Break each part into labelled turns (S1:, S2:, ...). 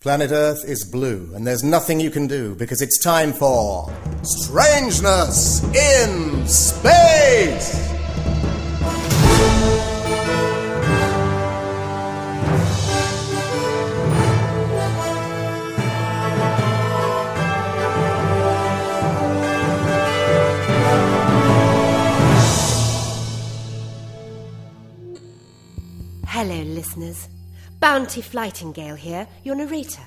S1: Planet Earth is blue, and there's nothing you can do because it's time for Strangeness in Space!
S2: Hello, listeners. Bounty Flightingale here, your narrator.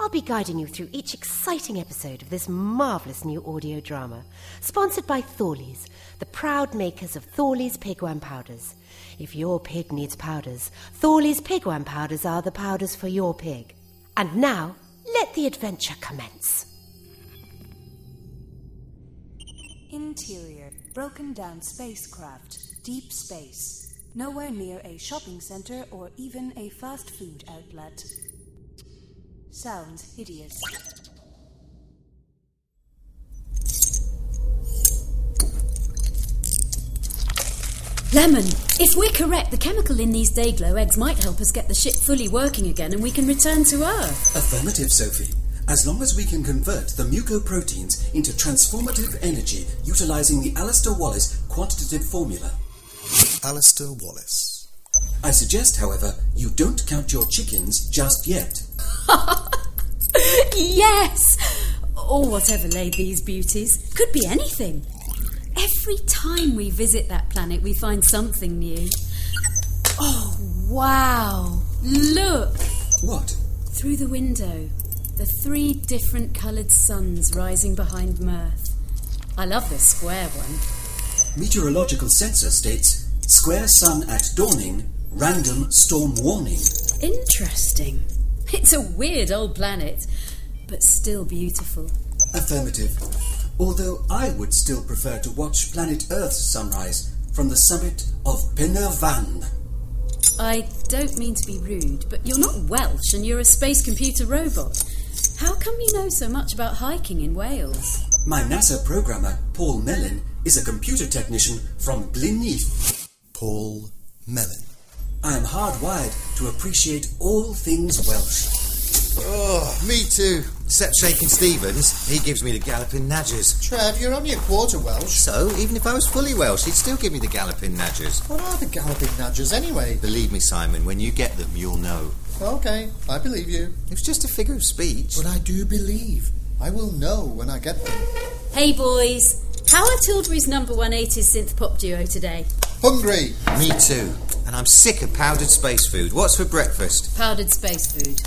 S2: I'll be guiding you through each exciting episode of this marvellous new audio drama, sponsored by Thorley's, the proud makers of Thorley's Pigwam Powders. If your pig needs powders, Thorley's Pigwam Powders are the powders for your pig. And now, let the adventure commence.
S3: Interior. Broken down spacecraft. Deep space. Nowhere near a shopping center or even a fast food outlet. Sounds hideous.
S4: Lemon, if we're correct, the chemical in these Dayglow eggs might help us get the ship fully working again and we can return to Earth.
S5: Affirmative, Sophie. As long as we can convert the mucoproteins into transformative energy utilizing the Alistair Wallace quantitative formula.
S1: Alistair Wallace.
S5: I suggest, however, you don't count your chickens just yet.
S4: yes! Or whatever laid these beauties. Could be anything. Every time we visit that planet, we find something new. Oh, wow! Look!
S5: What?
S4: Through the window, the three different coloured suns rising behind Mirth. I love this square one.
S5: Meteorological sensor states square sun at dawning, random storm warning.
S4: Interesting. It's a weird old planet, but still beautiful.
S5: Affirmative. Although I would still prefer to watch planet Earth's sunrise from the summit of Penervan.
S4: I don't mean to be rude, but you're not Welsh and you're a space computer robot. How come you know so much about hiking in Wales?
S5: My NASA programmer, Paul Mellon, is a computer technician from Glynneath.
S1: Paul Mellon.
S5: I am hardwired to appreciate all things Welsh.
S6: Oh, me too. Except Shaking Stevens, he gives me the galloping nudges.
S7: Trev, you're only a quarter Welsh.
S6: So, even if I was fully Welsh, he'd still give me the galloping nudges.
S7: What are the galloping nudges anyway?
S6: Believe me, Simon, when you get them, you'll know.
S7: Okay, I believe you.
S6: It was just a figure of speech.
S7: But I do believe. I will know when I get them.
S4: Hey boys, how are Tilbury's number 180s synth pop duo today?
S7: Hungry!
S6: Me too. And I'm sick of powdered space food. What's for breakfast?
S4: Powdered space food.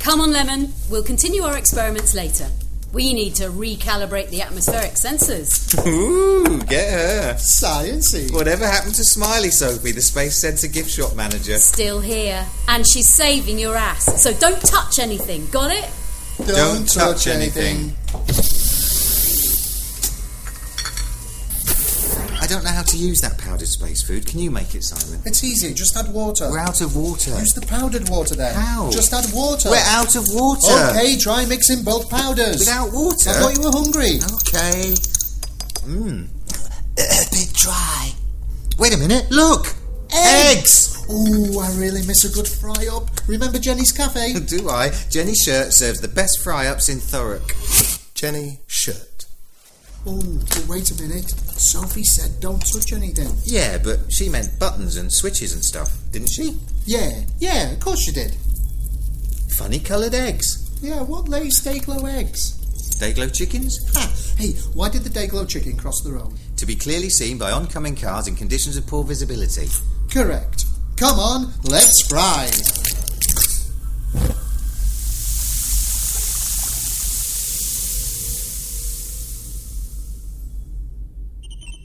S4: Come on, Lemon, we'll continue our experiments later. We need to recalibrate the atmospheric sensors.
S6: Ooh, get her.
S7: Sciency!
S6: Whatever happened to Smiley Sophie, the Space Center gift shop manager?
S4: Still here, and she's saving your ass, so don't touch anything, got it?
S6: Don't touch anything. I don't know how to use that powdered space food. Can you make it, Simon?
S7: It's easy, just add water.
S6: We're out of water.
S7: Use the powdered water then.
S6: How?
S7: Just add water.
S6: We're out of water.
S7: Okay, try mixing both powders.
S6: Without water.
S7: I thought you were hungry.
S6: Okay. Mmm. A bit dry. Wait a minute. Look. Eggs.
S7: Ooh, I really miss a good fry up. Remember Jenny's Cafe?
S6: Do I? Jenny Shirt serves the best fry ups in Thurrock.
S1: Jenny Shirt.
S7: Ooh, but wait a minute. Sophie said don't touch anything.
S6: Yeah, but she meant buttons and switches and stuff, didn't she?
S7: Yeah, yeah, of course you did.
S6: Funny coloured eggs.
S7: Yeah, what lay Dayglow eggs?
S6: Dayglow chickens?
S7: Ah, hey, why did the Dayglow chicken cross the road?
S6: To be clearly seen by oncoming cars in conditions of poor visibility.
S7: Correct. Come on, let's fry.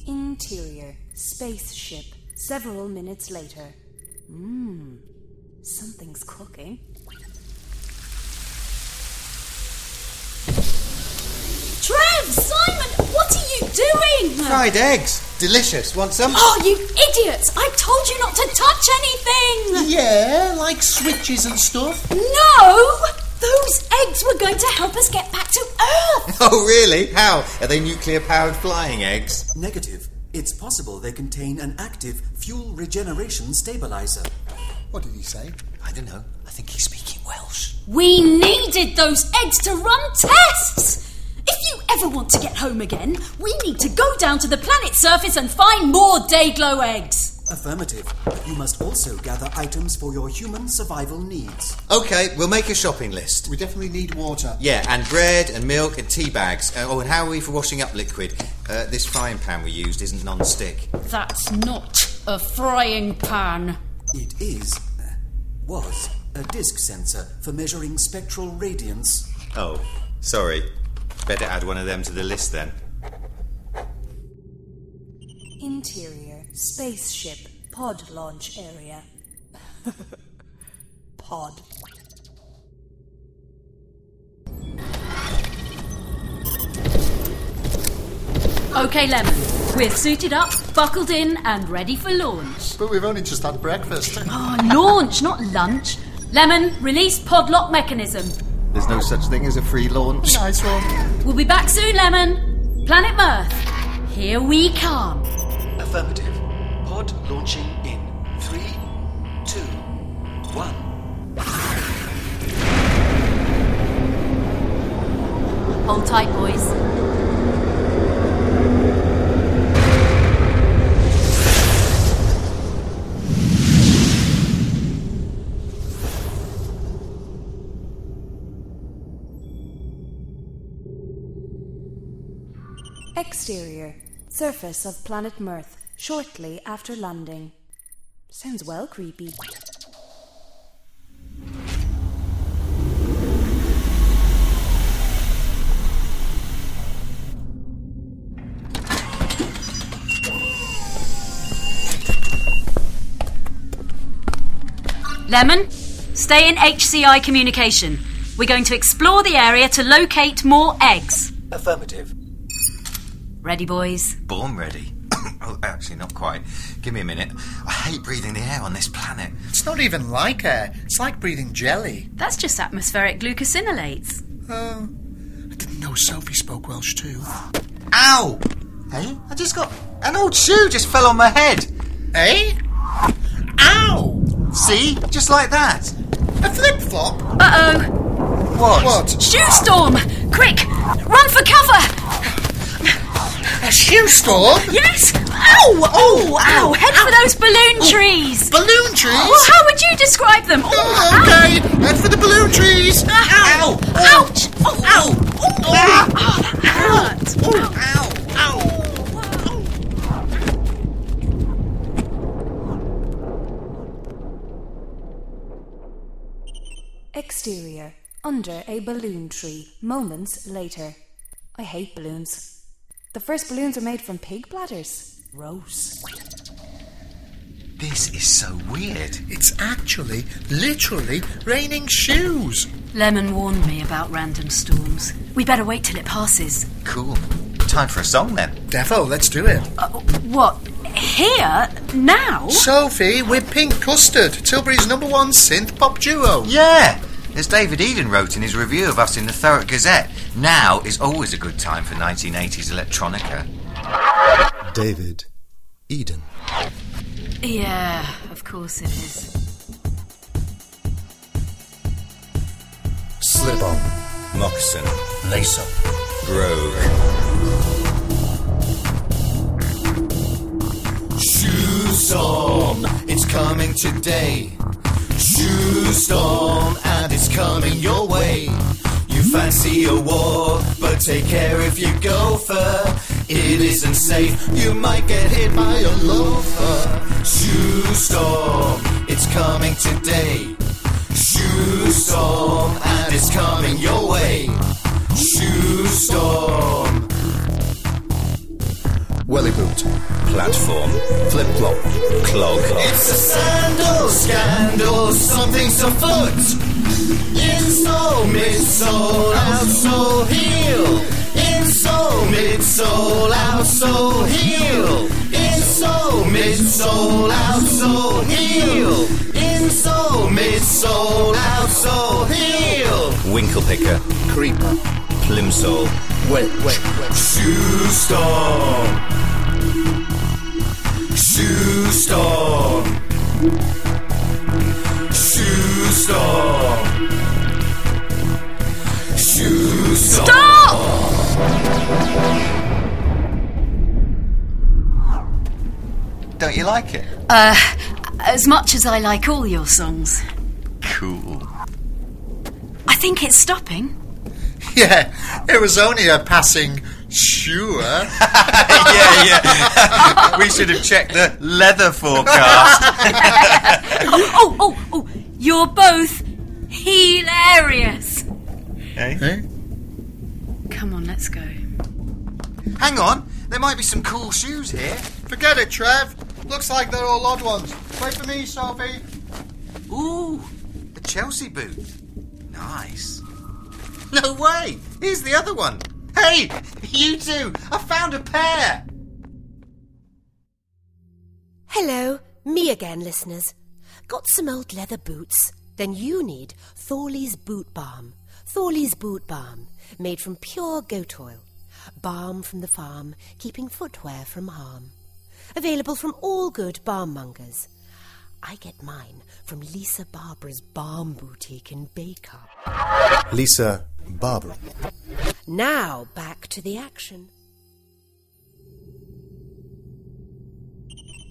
S3: Interior. Spaceship. Several minutes later. Mmm. Something's cooking.
S4: Trev, Simon, what are you doing?
S6: Fried eggs. Delicious. Want some?
S4: Oh, you idiots! I told you not to touch anything!
S7: Yeah, like switches and stuff.
S4: No! Those eggs were going to help us get back to Earth!
S6: Oh, really? How? Are they nuclear powered flying eggs?
S5: Negative. It's possible they contain an active fuel regeneration stabilizer.
S7: What did he say?
S6: I don't know. I think he's speaking Welsh.
S4: We needed those eggs to run tests! If you ever want to get home again, we need to go down to the planet's surface and find more Dayglow eggs.
S5: Affirmative. You must also gather items for your human survival needs.
S6: Okay, we'll make a shopping list.
S7: We definitely need water.
S6: Yeah, and bread and milk and tea bags. Uh, oh, and how are we for washing up liquid? Uh, this frying pan we used isn't non stick.
S4: That's not a frying pan.
S5: It is, uh, was, a disk sensor for measuring spectral radiance.
S6: Oh, sorry. Better add one of them to the list then.
S3: Interior spaceship pod launch area. pod.
S4: Okay, Lemon, we're suited up, buckled in, and ready for launch.
S7: But we've only just had breakfast.
S4: Oh, launch, not lunch. Lemon, release pod lock mechanism.
S8: There's no such thing as a free launch.
S7: nice one.
S4: We'll be back soon, Lemon. Planet Mirth, here we come.
S5: Affirmative. Pod launching in three, two, one.
S4: Hold tight, boys.
S3: Exterior surface of planet Mirth shortly after landing. Sounds well creepy.
S4: Lemon, stay in HCI communication. We're going to explore the area to locate more eggs.
S5: Affirmative.
S4: Ready, boys?
S6: Born ready. oh, actually, not quite. Give me a minute. I hate breathing the air on this planet.
S7: It's not even like air. It's like breathing jelly.
S4: That's just atmospheric glucosinolates.
S7: Oh. I didn't know Sophie spoke Welsh too.
S6: Ow! Hey, I just got. An old shoe just fell on my head.
S7: Eh? Ow!
S6: See? Just like that.
S7: A flip flop?
S4: Uh oh!
S6: What?
S7: What?
S4: Shoe storm! Quick! Run for cover!
S7: A shoe storm?
S4: Yes! Ow! Oh, ow! Head for those balloon trees!
S7: Balloon trees?
S4: Well, how would you describe them? Oh,
S7: Oh, okay, head for the balloon trees.
S4: Uh, Ow!
S7: Ow!
S4: Ouch! Oh, ow! Oh,
S7: Ah.
S4: oh, that hurt!
S7: Ow! Ow!
S3: Exterior under a balloon tree moments later. I hate balloons. The first balloons were made from pig bladders. Gross.
S6: This is so weird.
S7: It's actually, literally raining shoes.
S4: Lemon warned me about random storms. We better wait till it passes.
S6: Cool. Time for a song then.
S7: Defo, let's do it.
S4: Uh, what? Here? Now?
S7: Sophie, we're Pink Custard, Tilbury's number one synth pop duo.
S6: Yeah! As David Eden wrote in his review of us in the Thurrock Gazette, now is always a good time for 1980s electronica.
S8: David Eden.
S4: Yeah, of course it is.
S8: Slip on.
S6: Moccasin.
S5: Lace up.
S6: Brogue.
S8: Shoe storm, it's coming today. Shoe storm, and it's coming your way. You fancy a war, but take care if you go fur. It isn't safe, you might get hit by a loafer. Shoe storm, it's coming today. Shoe storm, and it's coming your way. Shoe storm. Welly boot, platform, flip flop, clog. It's a sandal scandal, something's afoot. Insole, midsole, outsole, heel. Insole, midsole, outsole, heel. Insole, midsole, outsole, heel. Insole, midsole, outsole, heel.
S6: Winkle picker. Creeper. Plimsoll.
S8: Wait, wait, wait. Shoe storm. Shoe storm. Shoe storm.
S6: like it?
S4: Uh, as much as I like all your songs.
S6: Cool.
S4: I think it's stopping.
S9: Yeah, it was only a passing sure.
S6: yeah, yeah. we should have checked the leather forecast.
S4: Oh, oh, oh, oh, you're both hilarious.
S9: Eh?
S4: Come on, let's go.
S6: Hang on, there might be some cool shoes here.
S9: Forget it, Trev. Looks like they're all odd ones. Wait for me, Sophie.
S6: Ooh, a Chelsea boot. Nice. No way! Here's the other one. Hey, you two! I found a pair!
S2: Hello, me again, listeners. Got some old leather boots? Then you need Thorley's Boot Balm. Thorley's Boot Balm, made from pure goat oil. Balm from the farm, keeping footwear from harm. Available from all good balm mongers. I get mine from Lisa Barbara's Balm Boutique in Baker.
S1: Lisa Barbara.
S2: Now back to the action.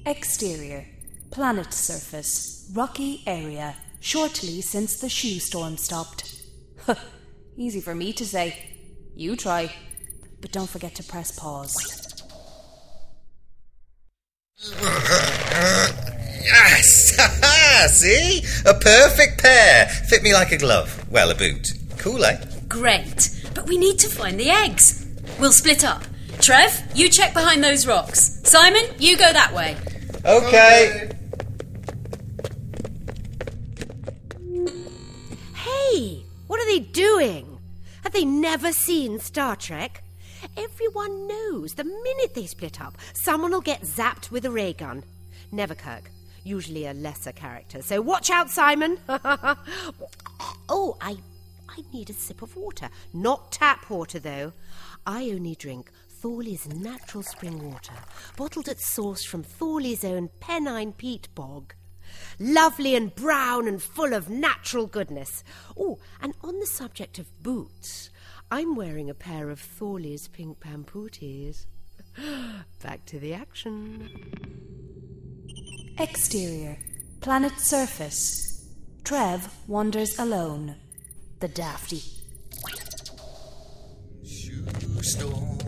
S3: Exterior. Planet surface. Rocky area. Shortly since the shoe storm stopped. Huh, Easy for me to say. You try. But don't forget to press pause.
S6: Yes! See? A perfect pair. Fit me like a glove. Well, a boot. Cool, eh?
S4: Great. But we need to find the eggs. We'll split up. Trev, you check behind those rocks. Simon, you go that way.
S6: Okay.
S2: Hey, what are they doing? Have they never seen Star Trek? Everyone knows the minute they split up, someone will get zapped with a ray gun. Never Kirk, usually a lesser character. So watch out, Simon. oh, I, I need a sip of water. Not tap water, though. I only drink Thorley's natural spring water, bottled at source from Thorley's own Pennine peat bog lovely and brown and full of natural goodness. Oh, and on the subject of boots, I'm wearing a pair of Thorley's pink pampooties. Back to the action.
S3: Exterior. Planet surface. Trev wanders alone. The dafty.
S6: Shoe storm.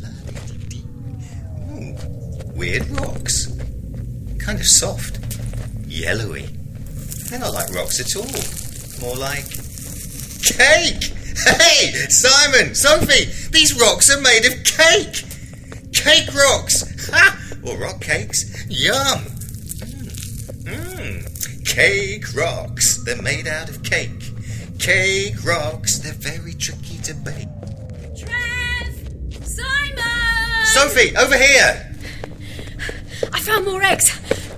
S6: la-di-di-di. Ooh, Weird rocks. Kind of soft. Yellowy. They're not like rocks at all. More like. Cake! Hey! Simon! Sophie! These rocks are made of cake! Cake rocks! Ha! Or rock cakes. Yum! Mmm. Cake rocks. They're made out of cake. Cake rocks. They're very tricky to bake.
S4: Trev! Simon!
S6: Sophie, over here!
S4: I found more eggs.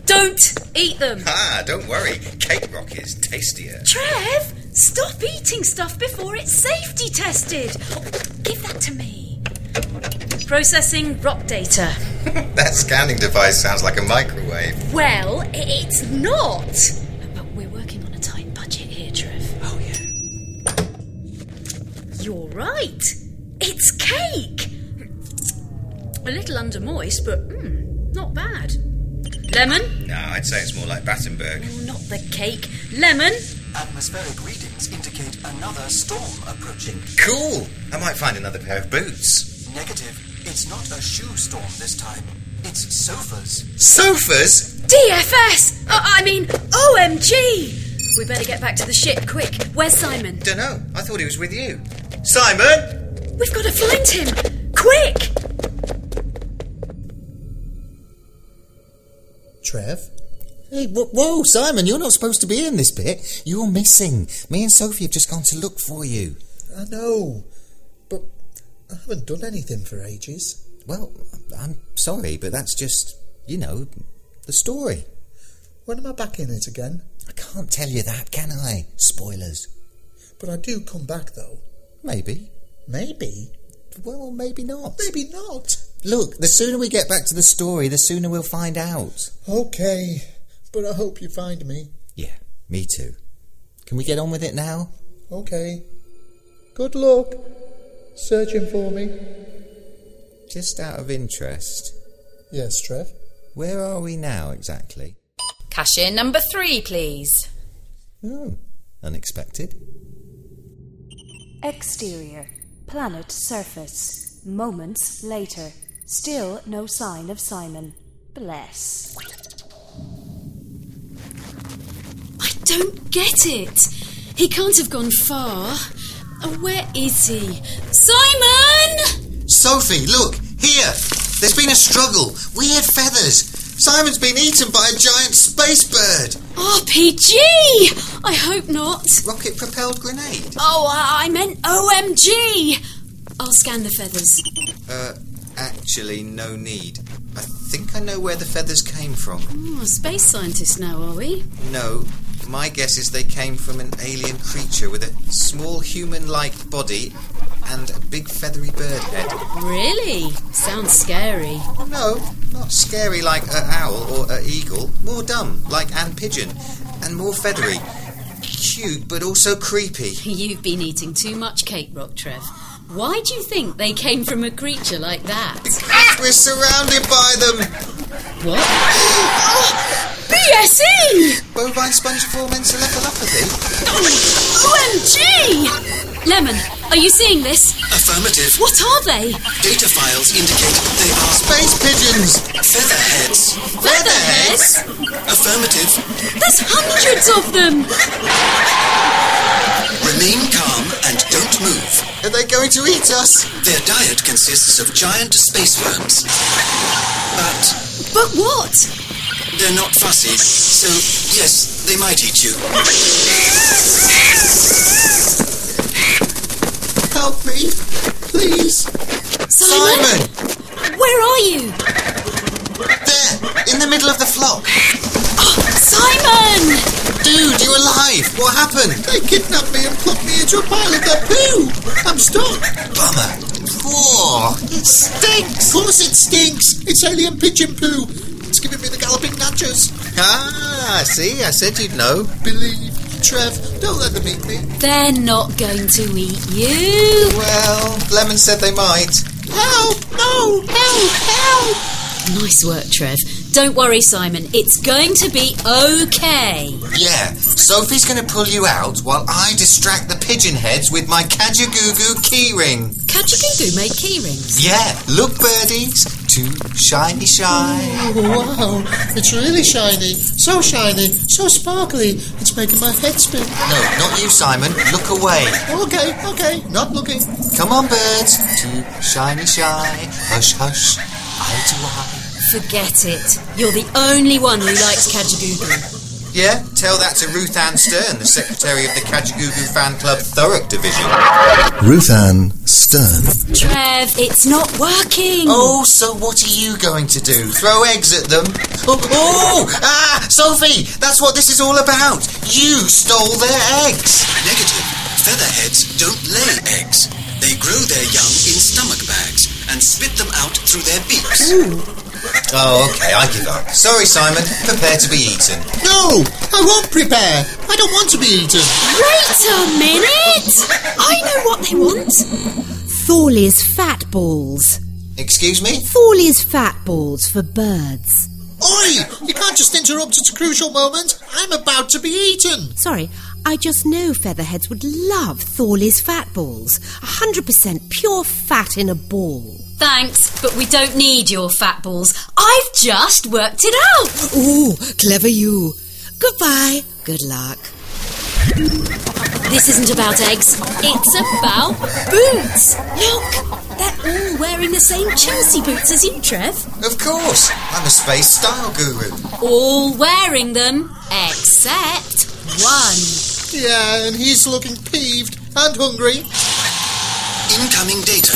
S4: Don't eat them.
S6: Ah, don't worry. Cake rock is tastier.
S4: Trev, stop eating stuff before it's safety tested. Oh, give that to me. Processing rock data.
S6: That scanning device sounds like a microwave.
S4: Well, i- it's not. But we're working on a tight budget here, Trev. Oh, yeah. You're right. It's cake. A little under moist, but mm, not bad. Lemon?
S6: No, I'd say it's more like Battenberg.
S4: Oh, Not the cake. Lemon?
S5: Atmospheric readings indicate another storm approaching.
S6: Cool! I might find another pair of boots.
S5: Negative. It's not a shoe storm this time. It's sofas.
S6: Sofas?
S4: DFS! Uh, I mean, OMG! We better get back to the ship quick. Where's Simon?
S6: Dunno. I thought he was with you. Simon!
S4: We've got to find him! Quick!
S10: Trev? Hey, whoa, whoa, Simon, you're not supposed to be in this bit. You're missing. Me and Sophie have just gone to look for you.
S7: I know, but I haven't done anything for ages.
S10: Well, I'm sorry, but that's just, you know, the story.
S7: When am I back in it again?
S10: I can't tell you that, can I? Spoilers.
S7: But I do come back though.
S10: Maybe.
S7: Maybe.
S10: Well, maybe not.
S7: Maybe not.
S10: Look, the sooner we get back to the story, the sooner we'll find out.
S7: Okay, but I hope you find me.
S10: Yeah, me too. Can we get on with it now?
S7: Okay. Good luck. Searching for me.
S10: Just out of interest.
S7: Yes, Trev.
S10: where are we now exactly?
S11: Cashier number three, please.
S10: Oh, unexpected.
S3: Exterior. Planet surface. Moments later. Still no sign of Simon. Bless.
S4: I don't get it. He can't have gone far. Oh, where is he? Simon!
S10: Sophie, look, here! There's been a struggle. Weird feathers. Simon's been eaten by a giant space bird.
S4: RPG! I hope not.
S10: Rocket propelled grenade.
S4: Oh, I I meant OMG! I'll scan the feathers.
S6: Uh, actually, no need. I think I know where the feathers came from.
S4: Oh, space scientists now, are we?
S6: No, my guess is they came from an alien creature with a small human like body and a big feathery bird head.
S4: Really? Sounds scary.
S6: No, not scary like a owl or a eagle, more dumb like an pigeon, and more feathery. Cute but also creepy.
S4: You've been eating too much cake rock, Trev. Why do you think they came from a creature like that?
S6: We're surrounded by them!
S4: What? E! BSE!
S6: Bovine spongiform encephalopathy?
S4: OMG! Lemon, are you seeing this?
S5: Affirmative.
S4: What are they?
S5: Data files indicate they are
S10: Space pigeons!
S5: featherheads.
S4: Featherheads?
S5: Affirmative.
S4: There's hundreds of them!
S5: Remain calm and don't move.
S10: Are they going to eat us?
S5: Their diet consists of giant space worms. But
S4: But what?
S5: they're not fussy, so yes, they might eat you.
S10: Help me, please.
S4: Simon? Where are you?
S10: There, in the middle of the flock.
S4: Oh, Simon!
S10: Dude, you alive? What happened? They kidnapped me and put me into a pile of their poo. I'm stuck. Bummer. Poor. It stinks. Of course it stinks. It's alien pigeon poo. It's giving me the galloping nachos.
S9: Ah, I see. I said you'd know.
S7: Believe, Trev, don't let them eat me.
S4: They're not going to eat you.
S6: Well, Lemon said they might.
S4: Help! No! Help! Help! Nice work, Trev. Don't worry, Simon. It's going to be okay.
S10: Yeah, Sophie's gonna pull you out while I distract the pigeon heads with my Kajagoogoo keyring.
S4: Kajagoogoo made key rings.
S10: Yeah, look, birdies, too shiny shy.
S7: Oh, wow, it's really shiny. So shiny, so sparkly, it's making my head spin.
S10: No, not you, Simon. Look away.
S7: Okay, okay, not looking.
S10: Come on, birds, too shiny shy. Hush, hush, eye to eye.
S4: Forget it. You're the only one who likes Kajagoogoo.
S6: Yeah, tell that to Ruth Ann Stern, the secretary of the Kajagoogoo Fan Club Thurrock Division.
S1: Ruth Ann Stern.
S4: Trev, it's not working.
S10: Oh, so what are you going to do? Throw eggs at them? Oh, oh, ah, Sophie, that's what this is all about. You stole their eggs.
S5: Negative. Featherheads don't lay eggs. They grow their young in stomach bags and spit them out through their beaks.
S6: Oh, okay, I give up. Sorry, Simon. Prepare to be eaten.
S7: No, Oh, I won't prepare. I don't want to be eaten.
S4: Wait a minute! I know what they want.
S2: Thorley's fat balls.
S10: Excuse me?
S2: Thorley's fat balls for birds.
S7: Oi! You can't just interrupt at a crucial moment. I'm about to be eaten.
S2: Sorry, I just know featherheads would love Thorley's fat balls. 100% pure fat in a ball.
S4: Thanks, but we don't need your fat balls. I've just worked it out.
S2: Ooh, clever you. Goodbye. Good luck.
S4: This isn't about eggs. It's about boots. Look, they're all wearing the same Chelsea boots as you, Trev.
S6: Of course, I'm a space style guru.
S4: All wearing them except one.
S7: Yeah, and he's looking peeved and hungry.
S5: Incoming data.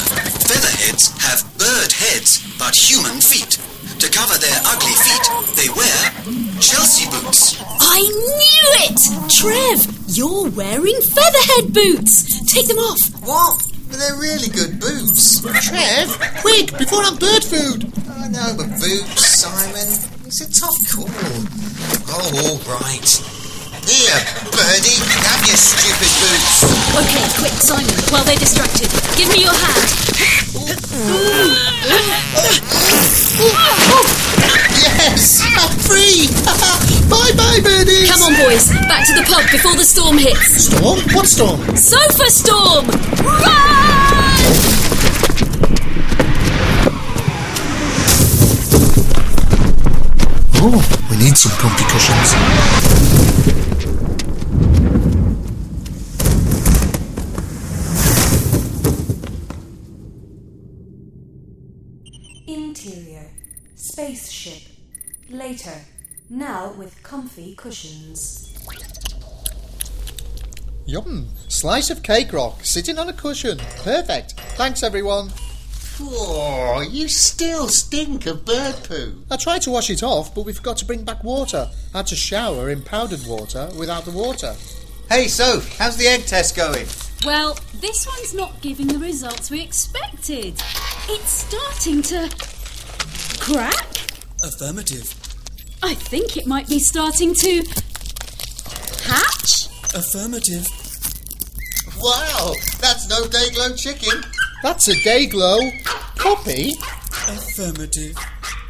S5: Featherheads have bird heads, but human feet. To cover their ugly feet, they wear Chelsea boots.
S4: I knew it! Trev, you're wearing featherhead boots. Take them off.
S6: What? They're really good boots.
S7: Trev, quick, before I'm bird food.
S6: I know, but boots, Simon. It's a tough call. Oh, all right. Here, birdie, have your stupid boots.
S4: Okay, quick, Simon, while they're distracted, give me your hand.
S7: Yes,
S12: Yes, I'm free. bye bye, birdies.
S4: Come on, boys. Back to the pub before the storm hits.
S12: Storm? What storm?
S4: Sofa storm! Run!
S12: Oh, we need some comfy cushions.
S3: Interior. Spaceship. Later. Now with comfy cushions.
S13: Yum. Slice of cake rock sitting on a cushion. Perfect. Thanks, everyone.
S7: Oh, you still stink of bird poo.
S13: I tried to wash it off, but we forgot to bring back water. I had to shower in powdered water without the water.
S14: Hey, Soph, how's the egg test going?
S4: Well, this one's not giving the results we expected. It's starting to. crack?
S5: Affirmative.
S4: I think it might be starting to. hatch?
S5: Affirmative.
S7: Wow, that's no day glow chicken.
S13: That's a day glow copy.
S5: Affirmative.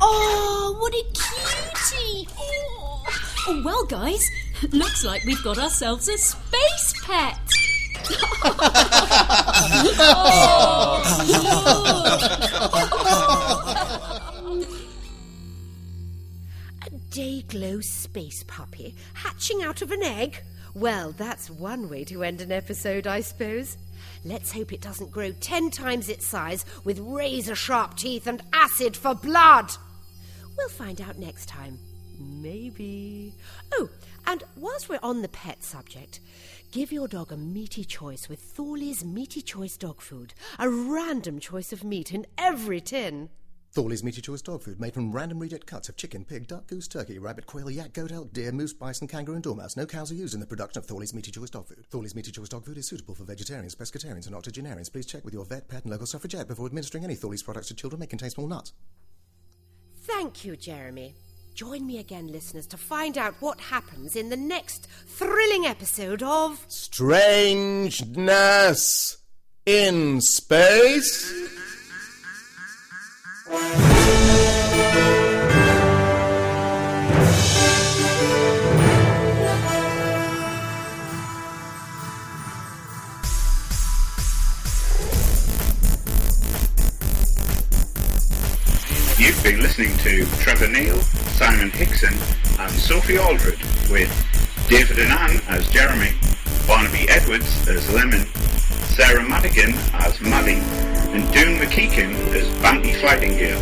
S4: Oh, what a cutie! Oh. Oh, well, guys, looks like we've got ourselves a space pet. Oh,
S2: A day-glow space puppy hatching out of an egg? Well, that's one way to end an episode, I suppose. Let's hope it doesn't grow ten times its size with razor sharp teeth and acid for blood. We'll find out next time. Maybe. Oh, and whilst we're on the pet subject, give your dog a meaty choice with Thorley's Meaty Choice dog food. A random choice of meat in every tin.
S1: Thorley's Meaty Choice dog food made from random reject cuts of chicken, pig, duck, goose, turkey, rabbit, quail, yak, goat, elk, deer, moose, bison, kangaroo, and dormouse. No cows are used in the production of Thorley's Meaty Choice dog food. Thorley's Meaty Choice dog food is suitable for vegetarians, pescatarians, and octogenarians. Please check with your vet, pet, and local suffragette before administering any Thorley's products to children. May contain small nuts.
S2: Thank you, Jeremy. Join me again, listeners, to find out what happens in the next thrilling episode of.
S1: Strangeness in space.
S10: You've been listening to Trevor Neal, Simon Hickson, and Sophie Aldred with David Annan as Jeremy, Barnaby Edwards as Lemon, Sarah Madigan as Maddie, and Dune McKeegan as Bounty Flightingale.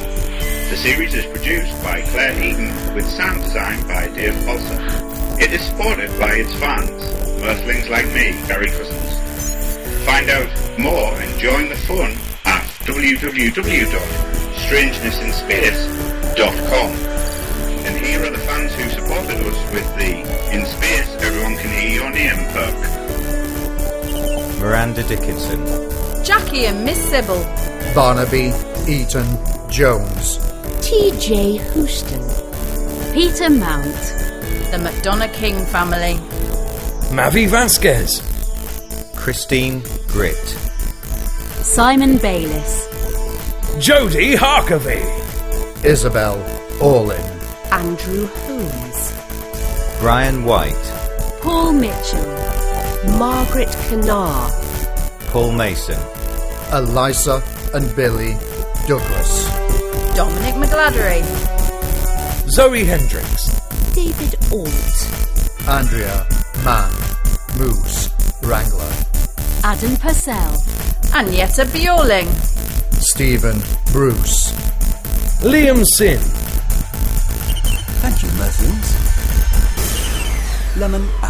S10: The series is produced by Claire Eaton with sound design by Dave Foster. It is supported by its fans, Earthlings like me, Gary Cousins. Find out more and join the fun at www.strangessinspace.com. And here are the fans who supported us with the In Space Everyone Can Hear Your Name perk.
S6: Miranda Dickinson.
S15: Jackie and Miss Sybil.
S6: Barnaby Eaton Jones.
S15: TJ Houston. Peter Mount. The McDonough King family.
S16: Mavi Vasquez.
S6: Christine Grit.
S4: Simon Bayliss.
S16: Jody Harkavy.
S6: Isabel Orlin.
S2: Andrew Holmes,
S6: Brian White.
S2: Paul Mitchell, Margaret Canar,
S6: Paul Mason.
S7: Eliza and Billy Douglas.
S15: Dominic McGladdery.
S16: Zoe Hendricks.
S2: David Alt,
S7: Andrea Mann. Moose Wrangler.
S15: Adam Purcell. Agneta Bjorling.
S7: Stephen Bruce.
S16: Liam Sin.
S7: Thank you, Murphys.
S5: Lemon